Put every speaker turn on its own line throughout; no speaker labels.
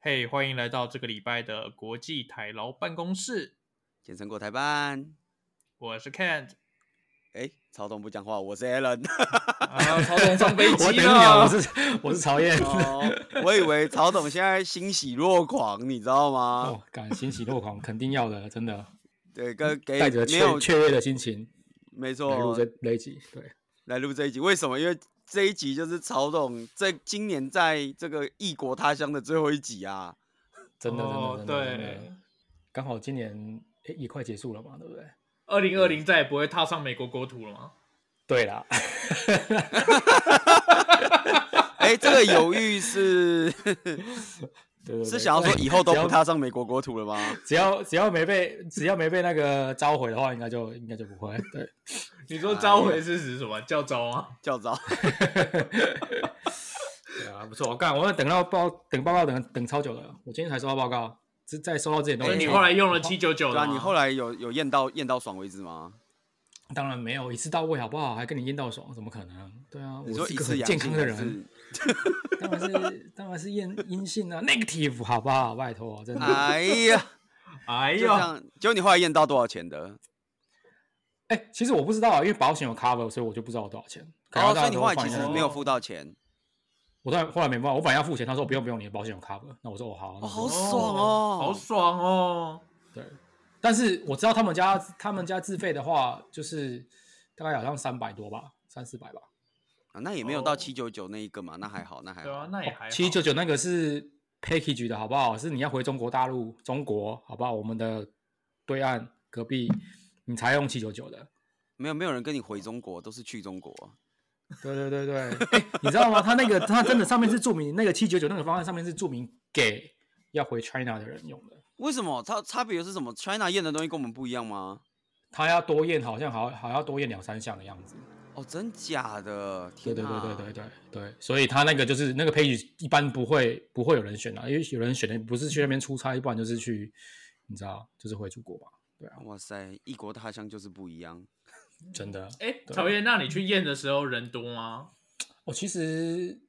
嘿欢迎来到这个礼拜的国际台劳办公室，
简称过台办。
我是 Kent，
哎，曹董不讲话，我是 Alan。
啊，曹总上飞
我等
机
你啊，
了，
我是我是曹燕。
哦，我以为曹董现在欣喜若狂，你知道吗？
哦，敢欣喜若狂，肯定要的，真的，
对，跟给
带着
没有
雀雀跃的心情
没
来录
错
这这一集。对，
来录这一集，为什么？因为这一集就是曹董在今年在这个异国他乡的最后一集啊。
真的真的
哦
真的，真
对
的，刚好今年诶也快结束了嘛，对不对？
二零二零再也不会踏上美国国土了吗？
对啦，
哎，这个犹豫是
对对对
是想要说以后都不，踏上美国国土了吗？
只要只要只要没被只要没被那个召回的话，应该就应该就不会。对，
你说召回是指什么？叫招啊？
教招，
哦对啊，不错。我干，我要等到报等报告等等超久了，我今天才收到报告，这在收到哦之前都
所以
已
你
经
后来用了七九九
哎对
了
啊，
吗，
你后来有有验到验到爽为止吗？
当然没有一次到位，好不好？还跟你验到爽，怎么可能？对啊，
你说
我是
一
个
次
很
阳
健
性
康的
还
人，
是？
当然是 当然是验阴性啊，negative 好不好？拜托，真的。
哎呀，
哎
就
呦
这，样，结果你后来验到多少钱的？
哎、其实我不知道啊，因为保险有 cover，所以我就不知道我多少钱。可能
哦，所
大家
以你
都
后来
放
其
一
实
下
没有付到钱，
我当然后来没办法，我本来要付钱，他说不用不用，你的保险有 cover。那我说哦好，那
哦，好
我就
爽哦，
好爽哦！
对。但是我知道他们家他们家自费的话，就是大概好像三百多吧，三四百吧。
啊，那也没有到
哦
七九九那一个嘛，那还好，那还
对
好
啊，。那也还好
七九九那个是 package 的好不好？是你要回中国大陆，中国好不好？我们的对岸隔壁，你才用七九九的。
没有没有人跟你回中国，都是去中国。
对对对对，哎、你知道吗？他那个他真的上面是注明那个七九九那个方案上面是注明给要回 China 的人用的，
为什么？它差别又是什么？China 验的东西跟我们不一样吗？
他要多验，好像好好要多验两三项的样子。
哦，真假的？天
对对对
哪
对对对对，所以他那个就是那个 page 一般不会不会有人选的、啊因为有人选的不是去那边出差，不然就是去你知道就是回祖国嘛。对啊，
哇塞，异国他乡就是不一样。
真的。
哎，
对
曹燕，那你去验的时候人多吗？
我其实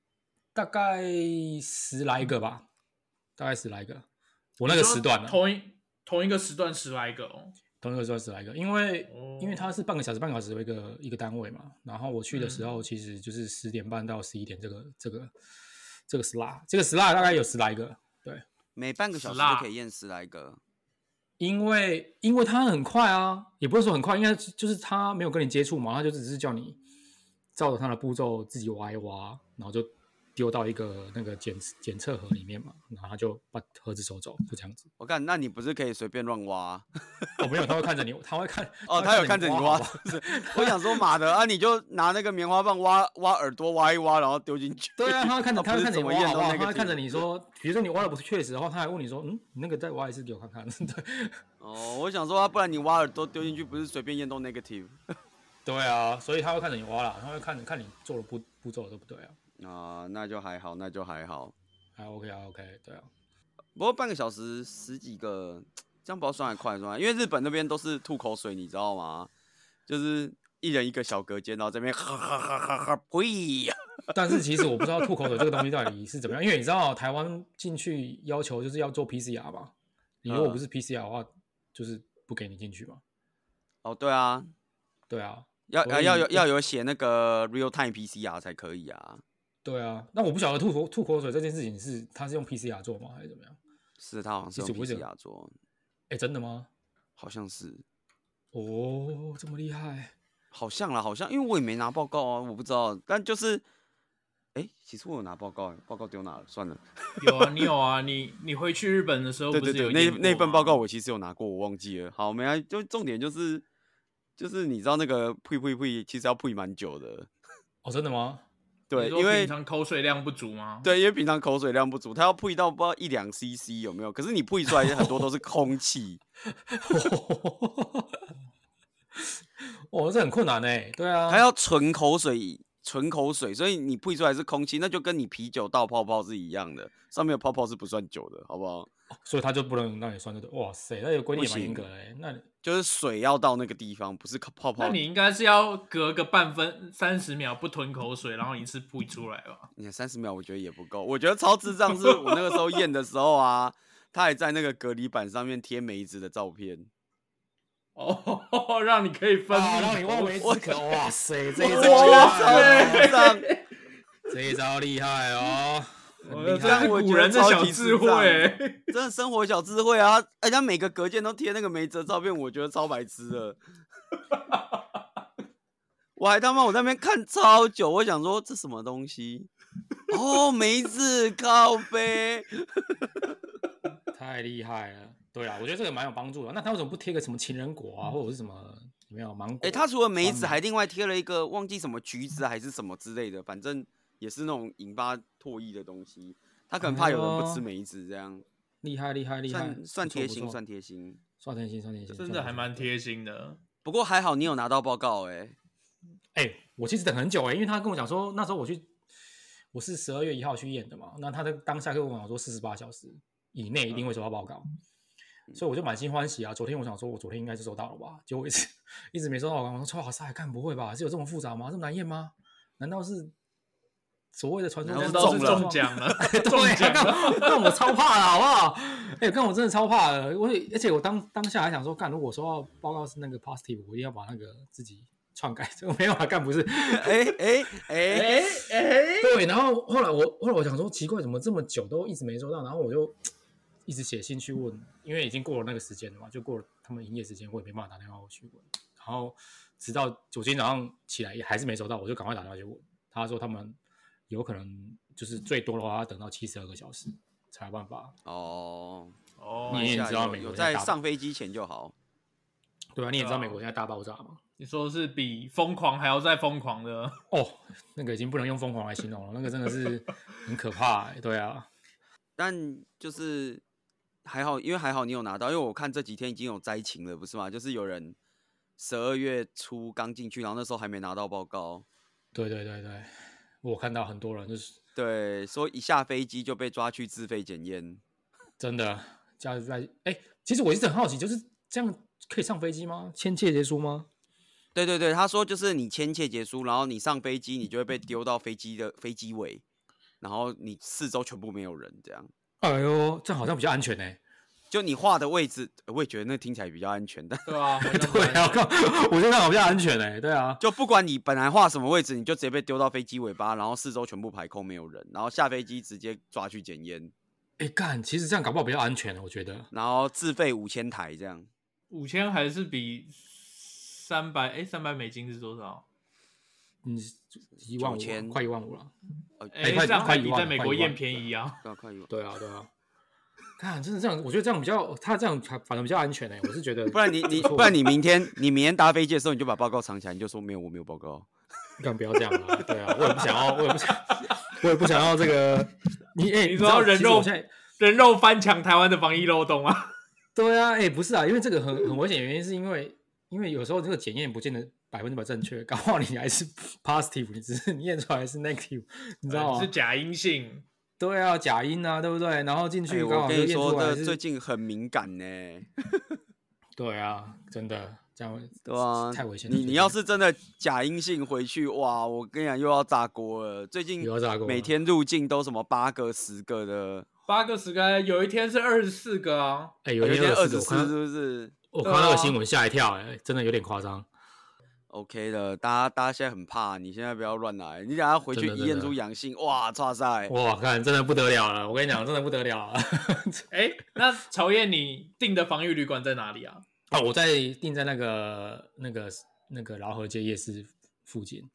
大概十来个吧，大概十来个。我那个
你说
时段呢，
同一同一个时段十来个哦。
同一个时段十来个，因为、因为
哦
它是半个小时半个小时为一个一个单位嘛。然后我去的
嗯
时候，其实就是十点半到十一点这个这个这个 slot，这个 slot 大概有十来个。对，
每半个小时
死啦
就可以验十来个，
因为因为它很快啊，也不是说很快，应该是就是它没有跟你接触嘛，它就只是叫你照着它的步骤自己挖一挖，然后就丢到一个那个检检测盒里面嘛，然后它就把盒子收走，就这样子。
我看那你不是可以随便乱挖？
哦，没有，他会看着你，他会看
哦，他有看着你
挖
挖，是不是？我想说，妈的啊，你就拿那个棉花棒挖挖耳朵，挖一挖，然后丢进去。
对啊，他会看着，
哦
他
不
会
是
看
怎
着你
么
挖
验
好不
到
好？
那个
他会看着
点
你说，比如说你挖的不确实的话，他还问你说，嗯，你那个再挖一次给我看看。 对，
哦，我想说，啊不然你挖耳朵丢进去，不是随便验到 negative
对啊，所以他会看着你挖啦，他会看看你做的步步骤对不对啊？
啊、那就还好，那就还好。
还 OK 啊，OK，对啊，
不过半个小时十几个，这样不知道算还快不算，因为日本那边都是吐口水，你知道吗？就是一人一个小隔间，然后这边哈哈哈哈哈呸呀！
但是其实我不知道吐口水这个东西到底是怎么样，因为你知道台湾进去要求就是要做 PCR 嘛，你如果
嗯
不是 PCR 的话，就是不给你进去嘛。
哦，对啊，
对啊，
要
所
要
以
要有要有写那个 real time PCR 才可以啊。
对啊，那我不晓得吐口吐口水这件事情是他是用 PCR 做吗，还是怎么样？
是他好像是
其
用
实我想
PCR 做，
哎，真的吗？
好像是，
哦，这么厉害。
好像啦，好像，因为我也没拿报告啊，我不知道。但就是，哎、其实我有拿报告、报告丢哪了？算了，
有啊，你有啊，你你回去日本的时候
对
不
对
是有
对，那
验过
那份
吗
报告我其实有拿过，我忘记了。好，没关系，就重点就是就是你知道那个呸呸呸，其实要呸蛮久的，
哦，真的吗？
对，
你说
因为
平常口水量不足吗？
对，因为平常口水量不足，它要呸到不知道一两 CC 有没有？可是你呸出来很多都是 空气，
哦，这很困难哎。对啊，
它要纯口水。纯口水，所以你配出来是空气，那就跟你啤酒倒泡泡是一样的，上面有泡泡是不算酒的，好不好？
所以他就不能让你算，对不对？哇塞，那有规定也
不
蛮
行
严格的、欸。那你
就是水要到那个地方，不是靠泡泡。
那你应该是要隔个半分三十秒不吞口水，然后一次吐出来吧？
你看三十秒，我觉得也不够。我觉得超智障是我那个时候验的时候啊，他还在那个隔离板上面贴梅子的照片。
哦，让你可以分
啊，
泌，
让你望梅止渴，哇塞，这一招厉
哇，
害
超智障！
哦，这一招厉害 哦，很
哦
厉
这
害
是古人的小智慧、
真的生活小智慧啊！哎，他每个隔间都贴那个梅子的照片，我觉得超白痴的。我还他妈我在那边看超久，我想说这什么东西？哦，梅子靠背，
太厉害了。对啊，我觉得这个蛮有帮助的。那他为什么不贴个什么情人果啊，或者是什么有没有芒果？
哎、他除了梅子，还另外贴了一个忘记什么橘子还是什么之类的，反正也是那种引发唾液的东西。他可能怕有人不吃
哦
梅子，这样、
厉害厉害厉害，
算算
不错
贴
不
心，
错
算贴心。
算贴心，算贴心，
真
算
的还
贴
蛮
心。
贴心 的。
不过还好你有拿到报告、哎，
哎、我其实等很久哎、因为他跟我讲说，那时候我去，我是十二月一号去验的嘛，那他在当下就跟我讲说，四十八小时以内一定会收到报告，所以我就满心欢喜啊。昨天我想说，我昨天应该是收到了吧，结果一直 一直没收到。我说，哇塞，看不会吧？是有这么复杂吗？这么难验吗？难道是所谓的传说
难
难
道
道
中
是
中了
中奖 了？中
对啊，
奖了！
干干我超怕的好不好？ 哎、干我真的超怕的。我也而且我当当下还想说，干如果收到报告是那个 positive，我一定要把那个自己篡改。我没有啊，干不是。
哎哎哎，
哎哎，
对，然后后来我后来我想说，奇怪，怎么这么久都一直没收到？然后我就一直写信去问，因为已经过了那个时间了嘛，就过了他们营业时间，我也没办法打电话去问。然后直到我今天早上起来也还是没收到，我就赶快打电话去问，他说他们有可能就是最多的话要等到七十二个小时才有办法。
哦，
哦，
你也
下
知道
有
美国
有
人
在
大
上飞机前就好。
对啊，你也知道
对啊
美国现在大爆炸嘛？
你说是比疯狂还要再疯狂的，
哦，那个已经不能用疯狂来形容了，那个真的是很可怕、欸。对啊，
但就是还好，因为还好你有拿到，因为我看这几天已经有灾情了，不是吗？就是有人十二月初刚进去，然后那时候还没拿到报告，
对对对对，我看到很多人就是。
对，说一下飞机就被抓去自费检验。
真的，假如在哎，其实我一直很好奇，就是这样可以上飞机吗？签切结书吗？
对对对，他说就是你签切结书，然后你上飞机，你就会被丢到飞机的飞机尾，然后你四周全部没有人，这样
哎呦，这样好像比较安全呢、欸
就你画的位置，呃我也觉得那听起来比较安全，但
对啊，
对啊，我靠我觉得这样好像比较安全呢、对啊，
就不管你本来画什么位置，你就直接被丢到飞机尾巴，然后四周全部排空，没有人，然后下飞机直接抓去检验，
哎干，其实这样搞不好比较安全，欸我觉得。
然后自费五千台这样，
五千还是比三百哎三百美金是多少？
嗯，一万
9000
五，快一万五了。
呃，
哎、
哎快
这样
快
还
一
比
万
在
了
美
快
国
一
验
万
便宜 啊！
快快一万
对啊，对啊。看，真的这样，我觉得这样比较，他这样还反而比较安全呢、欸我是觉得，
不然你你
不错
不然你明天你明天搭飞机的时候你就把报告藏起来，你就说没有我没有报告。
干不要这样啊！对啊，我也不想要，我也 不想，我也不想要这个。你哎，
你
知
说
道
人
其实我
肉
现在
人肉翻墙台湾的防疫漏洞啊！
对啊，哎、不是啊，因为这个很很危险，原因是因为因为有时候这个检验不见得百分之百正确，搞不好你还是 positive，你只是你验出来是 negative，你知道
哎
吗？
是假阴性，
对啊，假阴啊，对不对？然后进
哎
去刚
我
好
跟
就
你
验
说，
出来
这
是，
最近很敏感 呢、
对啊，真的这样会
对啊，
太危险了。
你
我
你
觉得
要是真的假阴性回去，哇，我跟你讲又要炸锅了。最近
有炸过，
每天入境都什么八个、十个的，
八个十个，有一天是二十四个啊！
哎、
有
有
一
一
天
天
二
二
十
十
四，
四，
是不是
我
对
看到那
啊
个新闻吓一跳、哎，真的有点夸张。
？OK 的，大家大家现在很怕，你现在不要乱来，你等下回去
真的
一验
真的
出阳性，哇，差赛！
哇，看真的不得了了，我跟你讲，真的不得了了。
哎、那曹燕你订的防疫旅馆在哪里啊？
啊，我在定在那个那个那个饶河街夜市附近。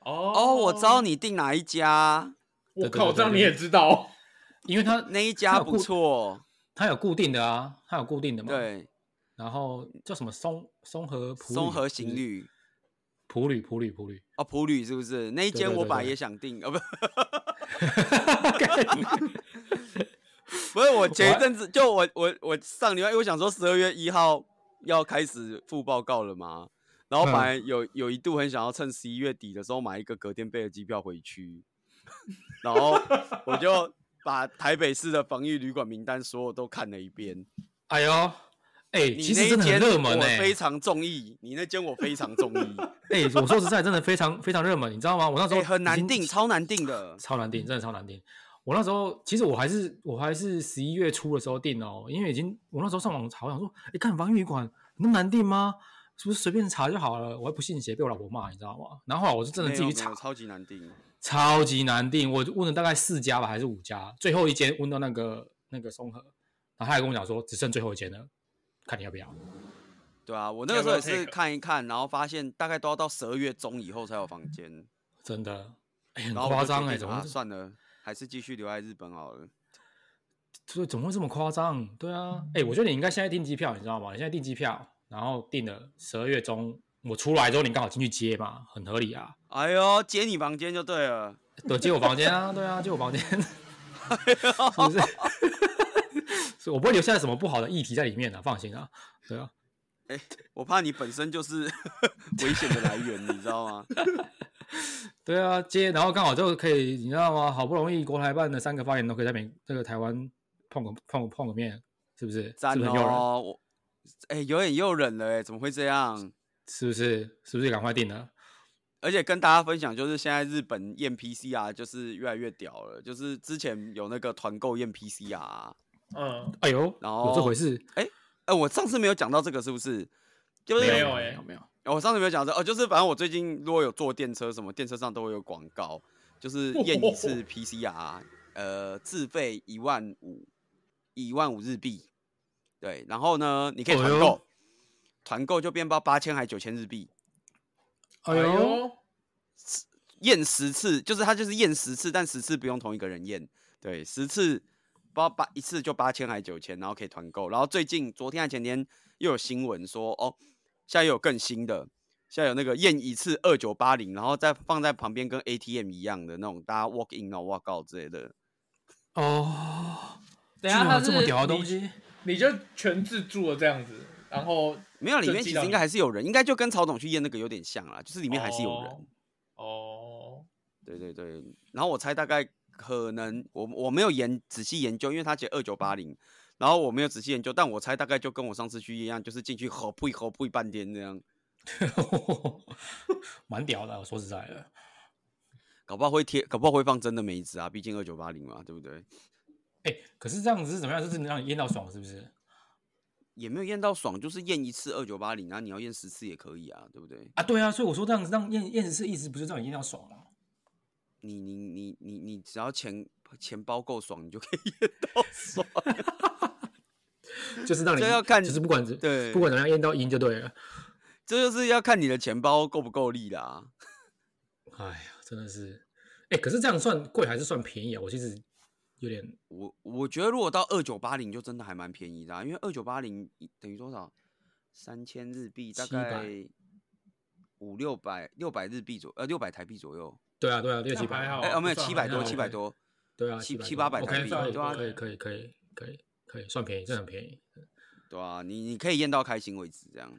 哦
哦，我知道，你订哪一家，
我
对对
靠，
对对
这样你
对
也知道
因为它
那一家
它有固
不错，
它有固定的啊，它有固定的嘛。。
对，
然后叫什么松松和普
松和行
旅
旅
普旅普旅普旅，
哦，普旅是不是？那一
对
间
对
我
对
本来
对
也想订， 哦不，不是我前一阵子就我我我上礼拜，因为我想说十二月一号要开始付报告了嘛，然后本
嗯
来有有一度很想要趁十一月底的时候买一个隔天飞的机票回去，然后我就把台北市的防疫旅馆名单所有都看了一遍。
哎呦，哎、
你
其
那
实
一
真的很
间
热门
我
哎、
非常中意。你那间我非常中 意，
哎、我说实在，真的非常非常热门，你知道吗？我那时
哎、
候、
很难定，，超难定的。
超难订，真的超难订。我那时候其实我还是我还是十一月初的时候订哦，因为已经我那时候上网查，我想说，哎、看防疫旅馆那么难订吗？是不是随便查就好了？我还不信邪，被我老婆骂，你知道吗？然后后来我就真的自己
没有
去
没
查
有，超级难定。
超级难订，我就问了大概四家吧，还是五家，最后一间问到那个那个松和，然后他还跟我讲说只剩最后一间了，看你要不要。
对啊，我那个
要
时
不
候
要
也是
take？
看一看，然后发现大概都要到十二月中以后才有房间，
真的，哎、很
然后我
夸
就决
张哎、
定
怎么
啊，
会
算了，还是继续留在日本好了。
这怎么会这么夸张？对啊，哎、我觉得你应该现在订机票，你知道吗？你现在订机票，然后订了十二月中，我出来之后你刚好进去接嘛，很合理啊。
哎呦，接你房间就对了。
对，接我房间啊，对啊，接我房间，是不 是？所以我不会留下什么不好的议题在里面的、放心啊。对啊，
我怕你本身就是 危险的来源，你知道 吗？
对啊，接，然后刚好就可以，你知道吗？好不容易国台办的三个发言人都可以在美这个台湾碰个碰个碰个面，是不是？
赞
是不是很诱人？
哦，我哎、有点诱人了哎、怎么会这样？
是不是？是不是赶快定了？
而且跟大家分享，就是现在日本验 PCR 就是越来越屌了，就是之前有那个团购验 PCR，哎、
嗯，
哎呦，
然后
有这回事？
哎我上次没有讲到这个是不是？就
没
是
有
没
哎
有没有。
哦我上次没有讲到哦，就是反正我最近如果有坐电车什么，电车上都会有广告，就是验一次 PCR，呃，自费一万五，一万五日币，对，然后呢，你可以
哎
团
呦
购，团购就变到八千还九千日币，
哎呦，，
验十次，就是他就是验十次，但十次不用同一个人验，对，十次不知道八一次就八千还九千，然后可以团购。然后最近昨天还前天又有新闻说，哦，现在有更新的，现在有那个验一次二九八零，然后再放在旁边跟 ATM 一样的那种，大家 walk in 然后 walk out 之类的。
哦，
等一下他
居然有
是
这么屌的
你
东西，
你就全自助了这样子，然后
没有，里
就
面
寄
其
到
实应
你
该还是有人，应该就跟曹董去验那个有点像啦，就是里
里
面还是有人。
哦，
对对对，然后我猜大概可能我我没有研仔细研究，因为他写二九八零，然后我没有仔细研究，但我猜大概就跟我上次去一样，就是进去吼呸吼呸半天这样，
蛮屌的。我说实在的，
搞不好会贴，搞不好会放真的梅子啊，毕竟二九八零嘛，对不对？
哎、可是这样子是怎么样？就是能让你验到爽，是不是？
也没有验到爽，就是验一次二九八零，然后啊你要验十次也可以啊，对不对？
啊，对啊，所以我说这样子让验验十次，意思不是让你验到爽吗？
你你你你你只要钱钱包够爽，你就可以 验到爽。
就是让你
这要看
就是不管怎
对
不管怎么样验到赢就对了。
这就是要看你的钱包够不够力啦。
哎呀，真的是，哎、可是这样算贵还是算便宜啊？我其实有点
我我觉得如果到二九八零就真的还蛮便宜的、啊，因为二九八零等于多少？三千日币大
700
概五六百六百日币左呃六百台币左右，
对啊对啊，六
那
七百
还好
哎、哦没有
不算
七百
还
多
好
七百
对
多，
对啊，
七
700
七八百
多
台
OK，
币
可以
对啊
可以可以可以可以可以算便宜，真的很便宜，
对啊，你你可以验到开心为止，这样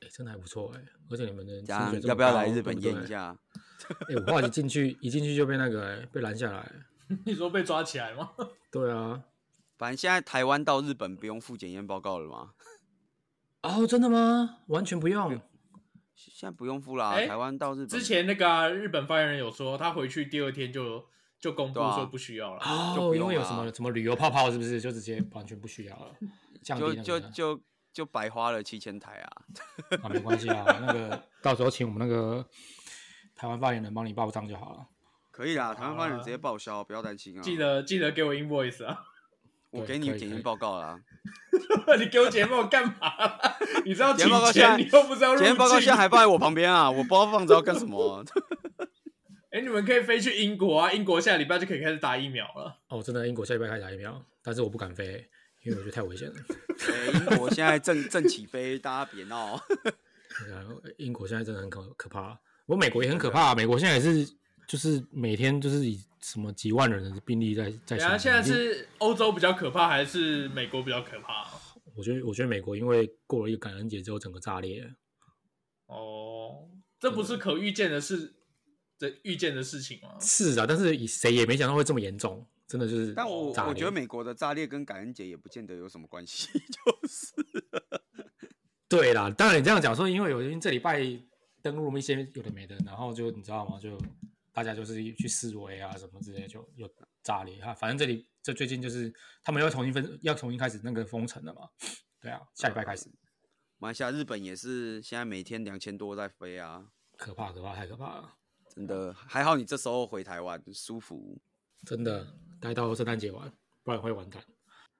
哎、真的还不错哎、而且你们的薪
这样
水这
要
么
不要
高
来日
对
本
不
验
对
一下？
哎、我话一进去，一进去就被那个、欸、被拦下来。
你说被抓起来吗？
对啊，
反正现在台湾到日本不用附检验报告了嘛，
哦，真的吗？完全不用。
现在不用附啦，
哎
台湾到日本
之前那个啊、日本发言人有说，他回去第二天就就公布
对啊
说不需要了。
就
哦
不，
因
用
为有
了
什
啊
么什么旅游泡泡，是不是就直接完全不需要 了？降低
就
那个
就
呢
就就白花了七千台啊，
啊，没关系啊，那 个到时候请我们那个台湾发言人帮你报账就好了。
可以啦，台湾方人直
啊
接报销，不要担心啊，
记得记得给我 invoice 啊！
我
对
给你
可以
检
可
验
以
报告啦。
你给我简报干嘛啦？ 你知道
检
取
验报告现在
钱，你又不知道 入境
检验。报告现在还放在我旁边啊， 我不知道放着要干什么、
哎、你们可以飞去英国啊！英国下礼拜就可以开始打疫苗了。
哦，真的，英国下礼拜开始打疫苗，但是我不敢飞，因为我觉得太危险了。
哎英国现在正正起飞，大家别闹。
然后啊英国现在真的很可可怕，我美国也很可怕，啊美国现在也是就是每天就是以什么几万人的病例在啊
等
在
一下
上升。
现在
一定
是欧洲比较可怕，还是美国比较可怕？
我觉得，我觉得美国因为过了一个感恩节之后，整个炸裂了。
哦，这不是可预见的事，这预见的事情吗？
是啊，但是以谁也没想到会这么严重，真的就是炸
但
裂。
我我觉得美国的哦炸裂跟感恩节也不见得有什么关系， 就是
对啦，当然你这样讲说，因为有因为这礼拜登录了一些有的没的，然后就你知道吗？就大家就是去示威啊什么之类，就又炸裂哈。反正这里这最近就是他们要重新分，要重新开始那个封城了嘛。对啊，下礼拜开始，
马来西亚、啊日本也是现在每天两千多在飞啊，
可怕可怕，太可怕了，
真的还好你这时候回台湾舒服。
真的待到圣诞节玩，不然会完蛋。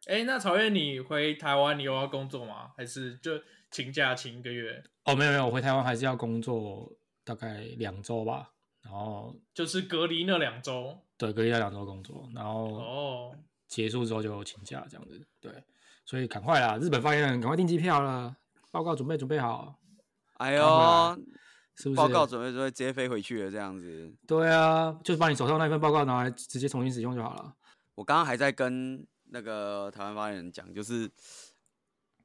哎，那曹月，你回台湾你有要工作吗？还是就请假请一个月？
哦，没有没有，我回台湾还是要工作大概两周吧，然后
就是隔离那两周
对，隔离要两周工作，然后
哦，
结束之后就请假这样子。对，所以赶快啦，日本发言人赶快订机票了，报告准备准备好，
哎
赶快
呦，
是不是？
报告准备准备，直接飞回去了这样子。
对啊，就是把你手上那份报告拿来直接重新使用就好了。
我刚刚还在跟那个台湾发言人讲，就是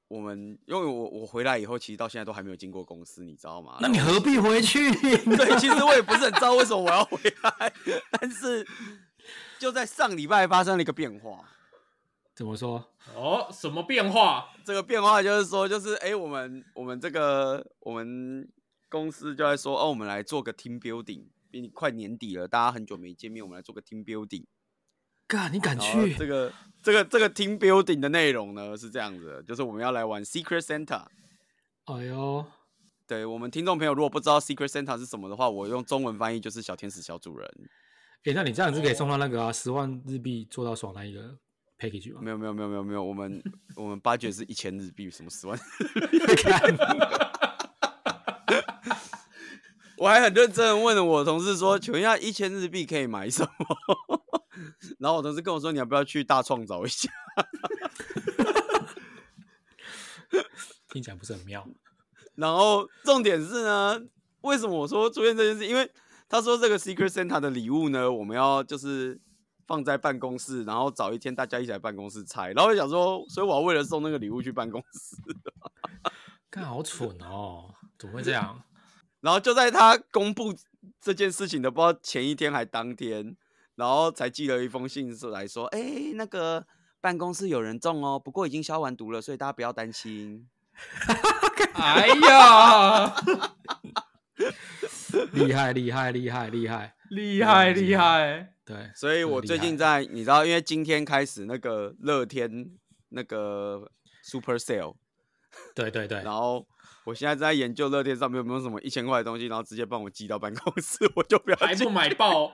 我们因为我我回来以后，其实到现在都还没有进过公司，你知道吗？
那你何必回 去？
对，其实我也不是很知道为什么我要回来，但是就在上礼拜发生了一个变化。
怎么说？
哦，什么变化？
这个变化就是说，就是哎、诶我们我们这个我们公司就在说，哦，我们来做个 team building，毕竟快年底了，大家很久没见面，我们来做个 team building。
干，你敢
然后
去？
这个这个这个 team building 的内容呢是这样子的，就是我们要来玩 Secret Santa。
哎呦，
对我们听众朋友，如果不知道 Secret Santa 是什么的话，我用中文翻译就是小天使小主人。
哎、那你这样子可以送到那个啊，十万日币做到爽那一个 package 吗？
没有没有没有没有没有，我们我们八 u 是一千日币，什么十万？ 我还很认真的问了我同事说，请问一下一千日币可以买什么？ 然后我同事跟我说，你要不要去大创找一下？
听起来不是很妙。
然后重点是呢，为什么我说出现这件事？因为他说这个 Secret Santa 的礼物呢，我们要就是放在办公室，然后找一天大家一起来办公室拆。然后我想说，所以我要为了送那个礼物去办公室。
干好蠢哦！怎么会这样？
然后就在他公布这件事情的不知道前一天还当天，然后才寄了一封信是来说，哎、那个办公室有人中哦，不过已经消完毒了，所以大家不要担心。
哎呀，
厉害厉害厉害厉害！
厉害
对
厉害！
对，
所以
真的
我
厉
最近
害
在，你知道，因为今天开始那个乐天那个 Super Sale，
对对对，
然后我现在正在研究乐天上面有没有什么一千块的东西，然后直接帮我寄到办公室，我就不要
还
寄
不买爆？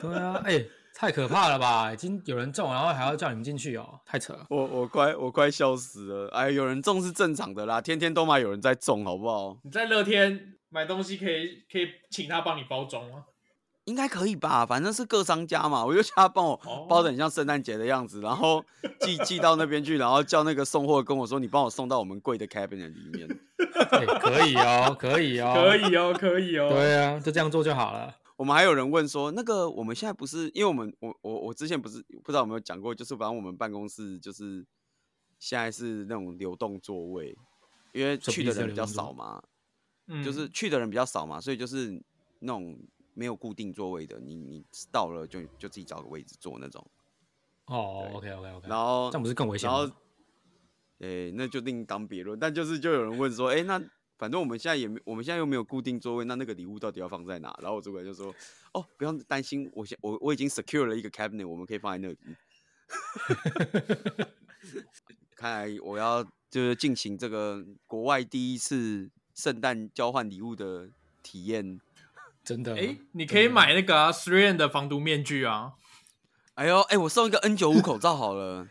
对啊，哎、太可怕了吧！已经有人中，然后还要叫你们进去哦，太扯了。
我我快我快笑死了！哎，有人中是正常的啦，天天都嘛有人在中，好不好？
你在乐天买东西可以可以请他帮你包装吗？
应该可以吧，反正是各商家嘛，我就叫他帮
哦
哦
我包的很像圣诞节的样子，然后寄寄到那边去，然后叫那个送货跟我说，你帮我送到我们柜的 cabinet 里面。
哎、可以哦， 可以哦，
可。以哦，可以哦。
对啊，就这样做就好了。
我们还有人问说，那个我们现在不是，因为我们我我我之前不是不知道有没有讲过，就是反正我们办公室就是现在是那种流动座位，因为
什么
去
意
的
思啊
人比较
流动座
少嘛，
嗯
就是去的人比较少嘛，所以就是那种没有固定座位的，你你到了就就自己找个位置坐那种，
哦
对
，OK OK OK。
然后
这样不是更危险
然后
吗？，
诶、那就另当别论。但就是就有人问说，诶、那反正我们现在也没，我们现在又没有固定座位，那那个礼物到底要放在哪？然后我主管就说，哦，不用担心，我现我我已经 secure 了一个 cabinet，我们可以放在那里。 看来我要就是进行这个国外第一次圣诞交换礼物的体验。
真的。
哎、你可以买那个啊 s r i n 的防毒面具啊，
哎呦，哎、我送一个 N 九五口罩好了。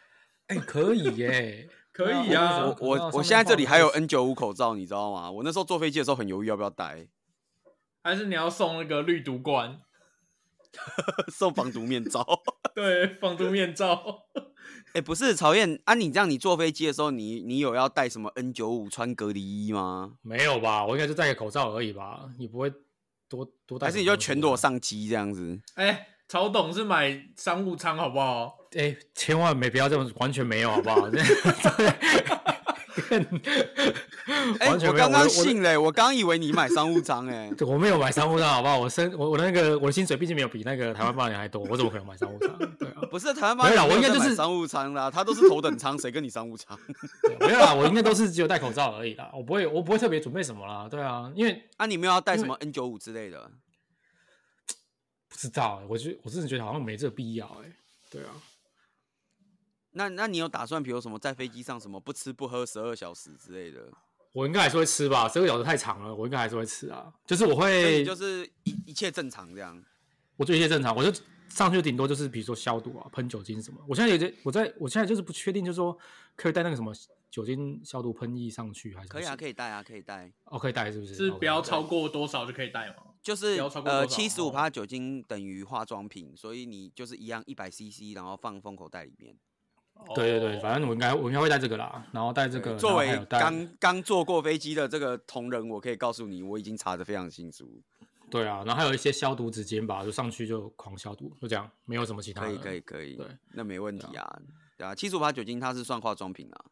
哎、可以耶、
可以
对啊
啊
我。
口罩
我
上
我
面
现在这里还有
放
N 九五口罩，你知道吗？我那时候坐飞机的时候很犹豫要不要戴。
还是你要送那个绿毒 罐？
送防毒面罩。
对，防毒面罩。
哎、不是曹燕啊，你这样你坐飞机的时候，你你有要带什么 N 九五穿隔离衣吗？
没有吧？我应该就戴个口罩而已吧，也不会多多戴。
还是你就全裸？上机这样子？
哎、曹董是买商务舱好不好？
哎、千万没不要这么完全没有好不好？
哎、欸我
完全没有。
刚刚
我
信嘞，我刚以为你买商务舱哎、
我我没有买商务舱，好不好？我身我我的那个我的薪水毕竟没有比那个台湾棒人还多，我怎么可能买商务舱？对啊，
不是台湾
没有啦
帮你
我应该
在
就
买
是
商务舱啦，他都是头等舱，谁跟你商务舱？
对没有啦，我应该都是只有戴口罩而已啦，我不会我不会特别准备什么啦，对啊，因为
啊，你们要带什么 N 九五之类的？
不知道、欸，我觉我真的觉得好像没这个必要哎、对啊，
那那你有打算，比如什么在飞机上什么不吃不喝十二小时之类的？
我应该还是会吃吧，十个小时太长了，我应该还是会吃啊，就是我
所以
会，
你就是一一切正常这样。
我做一些正常，我就上去顶多就是比如说消毒啊，喷酒精什么。我现在有点，我在我现在就是不确定，就是说可以带那个什么酒精消毒喷剂上去还是
可以啊，可
以，
以带啊，可以带。
哦可以带是不是？
是
OK，
不要
对
超过多少就可以带吗？
就是
不要超过
呃，
多
七十
少
五
哦
趴酒精等于化妆品，所以你就是一样一百 CC，然后放封口袋里面。
对对对，
哦
反正我应该我应该会带这个啦，然后带这个，
作
然
为
后还有带
刚刚坐过飞机的这个同仁，我可以告诉你，我已经查得非常清楚。
对啊，然后还有一些消毒纸巾吧，就上去就狂消毒，就这样，没有什么其他
可
的。
以，可以，。可以。
对，
那没问题啊。对啊，七十五趴酒精它是算化妆品啊。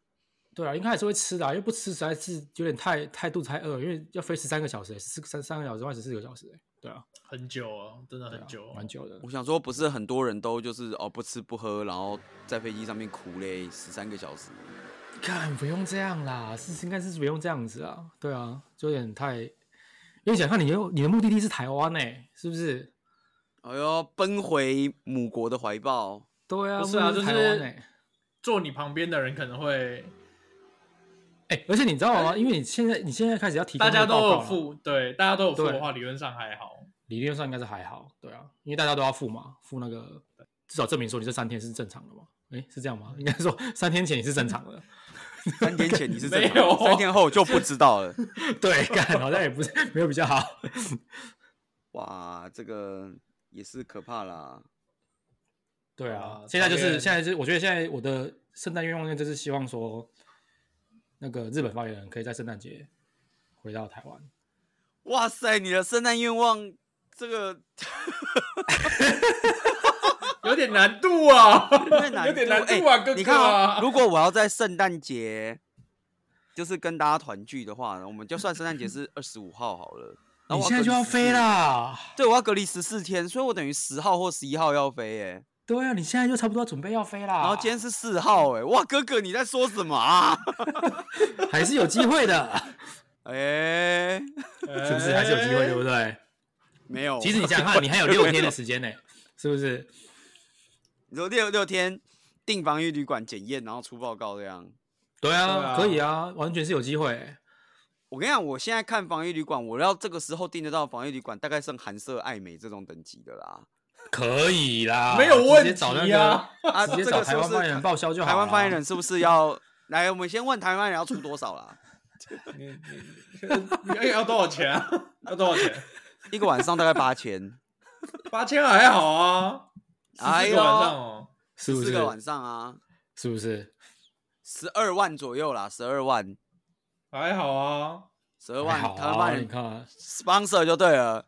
对啊，应该还是会吃的、啊，因为不吃实在是有点太太肚子太饿，因为要飞十三个小时、欸，十三三个小时或十四个小时、欸，对啊，
很久啊，真的
对啊
很久、
蛮久的
我。想说，不是很多人都就是哦不吃不喝，然后在飞机上面苦累十三个小时。
干，不用这样啦，是应该是不用这样子啊。对啊，就有点太，因为想看你又你的目的地是台湾呢、是不是？
哎呦，奔回母国的怀抱。
对啊，
不是啊，
目的
就
地台湾呢、
是坐你旁边的人可能会，
哎、而且你知道吗？因为你现在你现在开始要提供
大家
这个报
都有
告了
付，对，大家都有付
啊对
的话，理论上还好。
理论上应该是还好，对啊，因为大家都要付嘛，付那个至少证明说你这三天是正常的嘛。诶，是这样吗？应该说三天前你是正常的，
三天前你是正常
没有
的，三天后就不知道了。
对，干好像也不是没有比较好，
哇，这个也是可怕啦。
对啊
啊。
现在就
讨
是
厌
现在是，我觉得现在我的圣诞愿望就是希望说，那个日本发言人可以在圣诞节回到台湾。
哇塞，你的圣诞愿望，这个
有点难度 啊，
有点难度，
有点难
哎
度啊，哥
你
哥
看
啊
啊，，如果我要在圣诞节就是跟大家团聚的话，我们就算圣诞节是二十五号好了。然后
你
我
现在
隔
就
离
要飞
14
啦，
对，我要隔离十四天，所以我等于十号或十一号要飞哎、
对啊，你现在就差不多要准备要飞啦。
然后今天是四号哎、哇，哥哥你在说什么啊？
还是有机会的，
哎、
是不是还是有机会，对不
哎
对？
没有，
其实你想想看，你还有六天的时间呢、是不是？
你说六六天订防疫旅馆检验，然后出报告这样。
对
对
啊，
啊
可以啊，完全是有机会欸、
我跟你讲，我现在看防疫旅馆，我要这个时候订得到防疫旅馆，大概剩韩舍、爱美这种等级的 啦。
可以啦，
没有问
啊直接找 那
题
个
啊，
啊，
直接
这
找
个是
台
不
湾
是
发言人报销就好了。啊
台湾发言人是不是要来？我们先问台湾人要出多少啦？
哎，要多少钱 啊？要多少钱？
一个晚上大概八千，
八千还好啊，
哎
哎
呦
个晚上哦，
是不
四
是？
个晚上啊，
是不是？
十二万左右啦，十二万，
还好啊，
十二万
还好，
台湾发
啊，
言
你
人
看，
sponsor 就对了，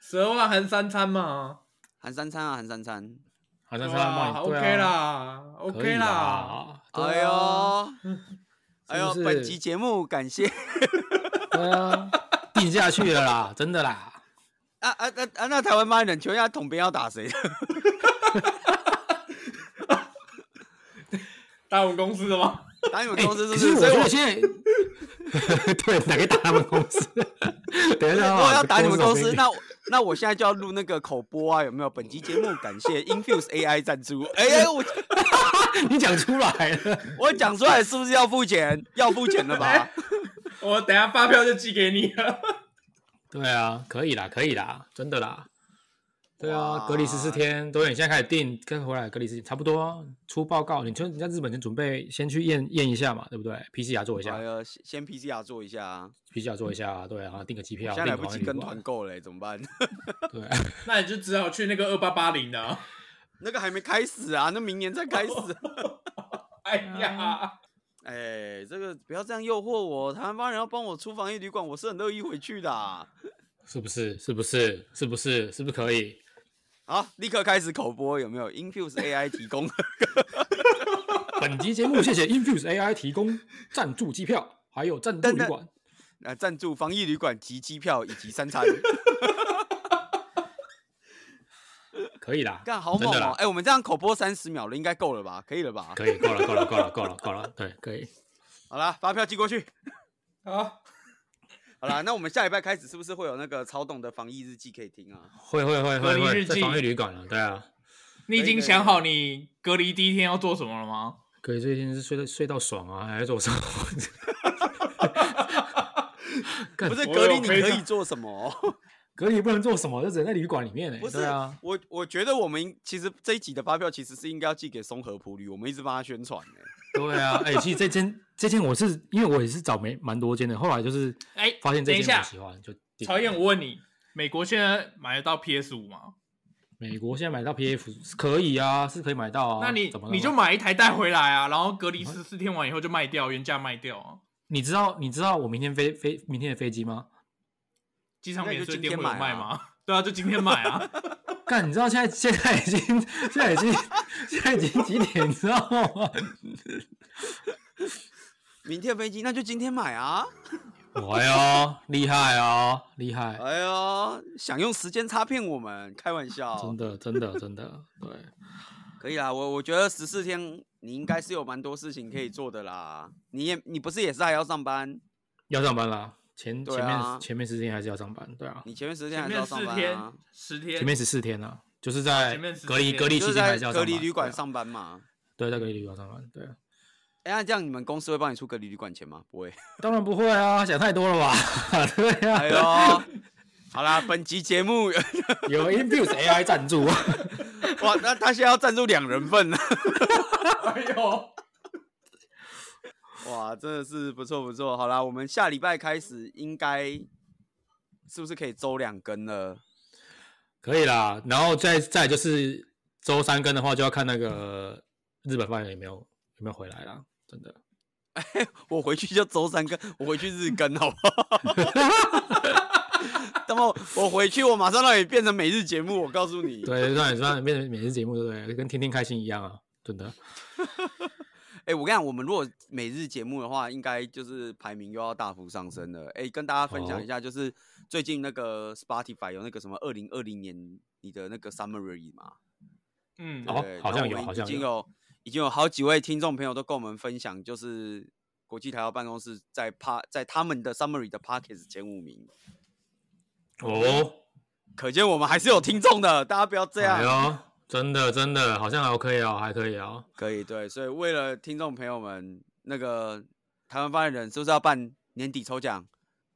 十二万含三餐嘛，
含三餐啊，含三餐。
好
对
像是他
吧
帮你对啊
？OK 啦
可以
，OK 啦，
啦，
哎
对啊，
呦，哎呦，
是不是
本集节目感谢
对啊， 定下去了啦，真的啦。
啊啊啊啊！那台湾发言人，请问一下统编要打谁？
打我们公司的吗？
打你们
哎
公司是
可
不
是
是？
我
所以
觉
我
得现在，对，哪个打他们公 司？等一下，
如果要打你们公
我
司，
给
那我那我现在就要录那个口播啊，有没有？本集节目感谢 Infuse AI 赞助。哎、哎，我
你讲出来了。
我讲出来是不是要付钱？要付钱了吧？
我等下发票就寄给你了。
对啊，可以啦，可以啦，真的啦。对啊
哇，
隔离十四天，对，你现在开始定，跟回来隔离十差不多啊，出报告，你就你在日本就准备先去验验一下嘛，对不对？PCR 做一下
哎呀，先先 PCR 做一下啊，
，PCR 做一下啊，对啊，订个机票，
现在来
订
不
个
及
旅
跟
馆
团，购嘞、怎么办？
对，
那你就只好去那个二八八零的啊。
那个还没开始啊，那明年再开始。啊
哎呀，
哎、这个不要这样诱惑我，台湾发人要帮我出防疫旅馆，我是很乐意回去的啊、
是不是？是不是？是不是？是不是可以？
好，立刻开始口播，有没有？Infuse AI 提供。
本集节目谢谢 Infuse AI 提供赞助机票，还有赞助
等
旅
等
馆。
呃，赞助防疫旅馆及机票以及三餐，
可以啦，
干好
真
猛
的
哦！
啦，
哎，我们这样口播三十秒了，应该够了吧？可以了吧？
可以，够了，够了，够了，够了，够了，对，可以。
好啦，发票寄过 去。
啊，
好啦，那我们下礼拜开始是不是会有那个曹董的防疫日记可以听 啊？
会会会
隔
会
离
会，
日
在
记
防疫旅馆了，对啊，
你已
可以可
经
以
想好你隔离第一天要做什么了吗？
可以，最近是睡到睡到爽啊，还在做什么？ 干
不是
我
隔离，
有
你
非
可以
常
做什么？
隔离不能做什么，就只能在旅馆里面 呢、
不是
对啊，
我我觉得我们应其实这一集的发票其实是应该要寄给松和普旅，我们一直帮他宣传呢、
对啊。哎、其实这间这间我是因为我也是找没蛮多间的，后来就是
哎
发现这
等一
间
下
我喜欢，就订
曹燕，我问你，美国现在买得到 PS 五吗？
美国现在买到 PF 是可以啊，是可以买到啊。
那你
怎么了吗
你就买一台带回来啊，然后隔离十四天完以后就卖掉，原价卖掉啊，
你知道你知道我明天飞飞明天的飞机吗？
机场
那你
免
就
税
今
店
天
会有
买
卖
啊
吗？ 对啊，就今天买 啊。
干，你知道现在现在已经现在已经现在已经几点，你知道 吗？
明天飞机，那就今天买啊！
哎呦，厉害哦，
啊
厉害，
哎呦，想用时间插骗我们，开玩笑
真，的真的真的，对，
可以啦。我我觉得十四天你应该是有蛮多事情可以做的啦。你也你不是也是还要上班？
要上班啦，前、
对
前
啊
面前面十天还是要上班，对啊，
你前面十天
前
还是要
面四
上班
天
啊？，
十天，
前面十四天啊，就是在
前面14
隔离
天
隔离
你就
期
是
间还
在
是要上班
隔离旅馆
对啊
上班嘛？
对，在隔离旅馆上班，对啊，
哎、那这样你们公司会帮你出隔离旅馆钱吗？不会。
当然不会啊，想太多了吧， 对啊，
哎呦，好啦，本集节目
有 Infuse AI 赞助，
哇，那他现在要赞助两人份了。
哎呦，
哇，真的是不错不错。好啦，我们下礼拜开始应该是不是可以周两更了？
可以啦，然后再再就是周三更的话，就要看那个日本发言有没有有没有回来啦，真的。
我回去就周三更，我回去日更好不好？ 那么我回去，我马上让你变成每日节目，我告诉你。
对，让你让你变成每日节目，对不对？跟天天开心一样啊，真的。
哎、我跟你讲，我们如果每日节目的话，应该就是排名又要大幅上升了。哎、跟大家分享一下，就是最近那个 Spotify 有那个什么二零二零年你的那个 summary 嘛，
嗯，
哦
对然后
好像
我
有
们
好
已
像
经
有
有已经有好几位听众朋友都跟我们分享，就是国际台湾办公室在 pa 在他们的 summary 的 pockets 前五名，
哦，
可见我们还是有听众的，大家不要这样。
哎呦，真的真的，好像还可以哦，还可以哦。
可以对，所以为了听众朋友们，那个台湾发言人是不是要办年底抽奖？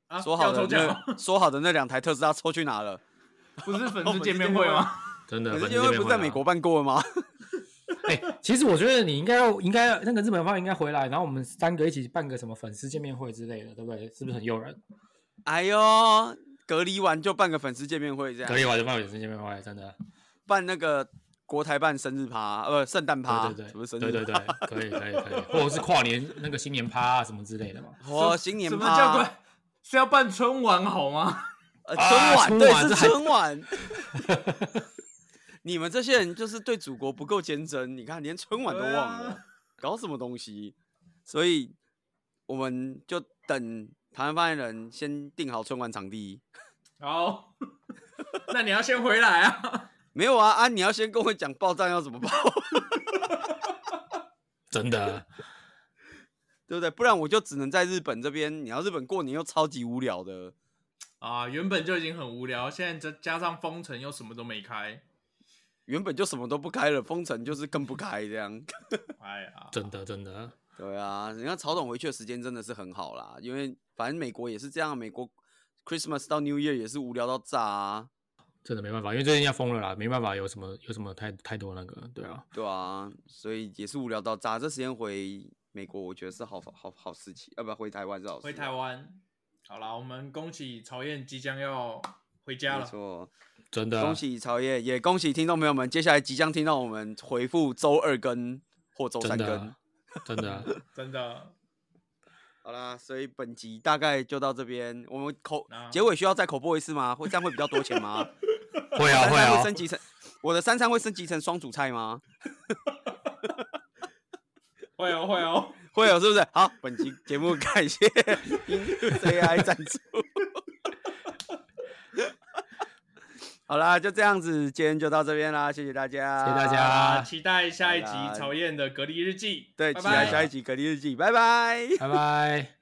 啊
说好
要
的
抽奖
那说好的那两台特斯拉抽去哪 了？
不是粉
我
丝
们
见
之
面
间
会
会
吗？
真的，
可是
本
因
地
为
面
不是
会
在
啊啦
美国。办过了吗？
哎、其实我觉得你应该要，应该要那个日本方应该回来，然后我们三个一起办个什么粉丝见面会之类的，对不对？是不
嗯
是很诱人？
哎呦，隔离完就办个粉丝见面会这样
可，以吧？就办粉丝见面会，真的。
办那个国台办生日趴，呃，圣诞趴，
对对
不是生
对，对
日
对对，可 以可以可以，或者是跨年那个新年趴啊什么之类的嘛。
哇，新年
什
趴
么叫做是要办春晚好吗？
呃
啊
春晚，
春
对，
晚
是
这还
春 晚。你们这些人就是对祖国不够坚贞，你看连春晚都忘
对啊
了，搞什么东西？所以我们就等台湾发言人先定好春晚场地。
好， 那你要先回来啊。
没有啊，啊，你要先跟我讲报站要怎么报，
真的，
对不对？不然我就只能在日本这边。你要日本过年又超级无聊的，
啊，原本就已经很无聊，现在再加上封城又什么都没开，
原本就什么都不开了，封城就是更不开这样。
哎呀，
真的，真的，
对啊，人家曹董回去的时间真的是很好啦，因为反正美国也是这样，美国 Christmas 到 New Year 也是无聊到炸啊，
真的没办法，因为最近要封了啦，没办法，有什么有什么太太多那个，对啊，
对啊，所以也是无聊到炸。这时间回美国，我觉得是好好好事情，啊，不回台湾是好事。
回台湾。好啦，我们恭喜曹燕即将要回家
没
了。
错，
真的。
恭喜曹爷，也恭喜听众朋友们，接下来即将听到我们回复周二更或周
真
三更
的。，啊真的，
真的，
好啦，所以本集大概就到这边。我们口
啊
那
结尾需要再口播一次吗？会这样会比较多钱吗？
会 啊
三
会
餐
啊
会升， 级成我的三餐会升级成双主菜吗？
会哦会 哦，
会
啊
有是不是？好，本期节目感谢 AI 赞助。 好啦，就这样子，今天就到这边啦，谢谢大家，
谢谢大家
啊，期待下一集
拜拜
曹燕的隔离日记，
对，
拜
期待
拜
下一集《隔离日记》，拜拜。
拜拜。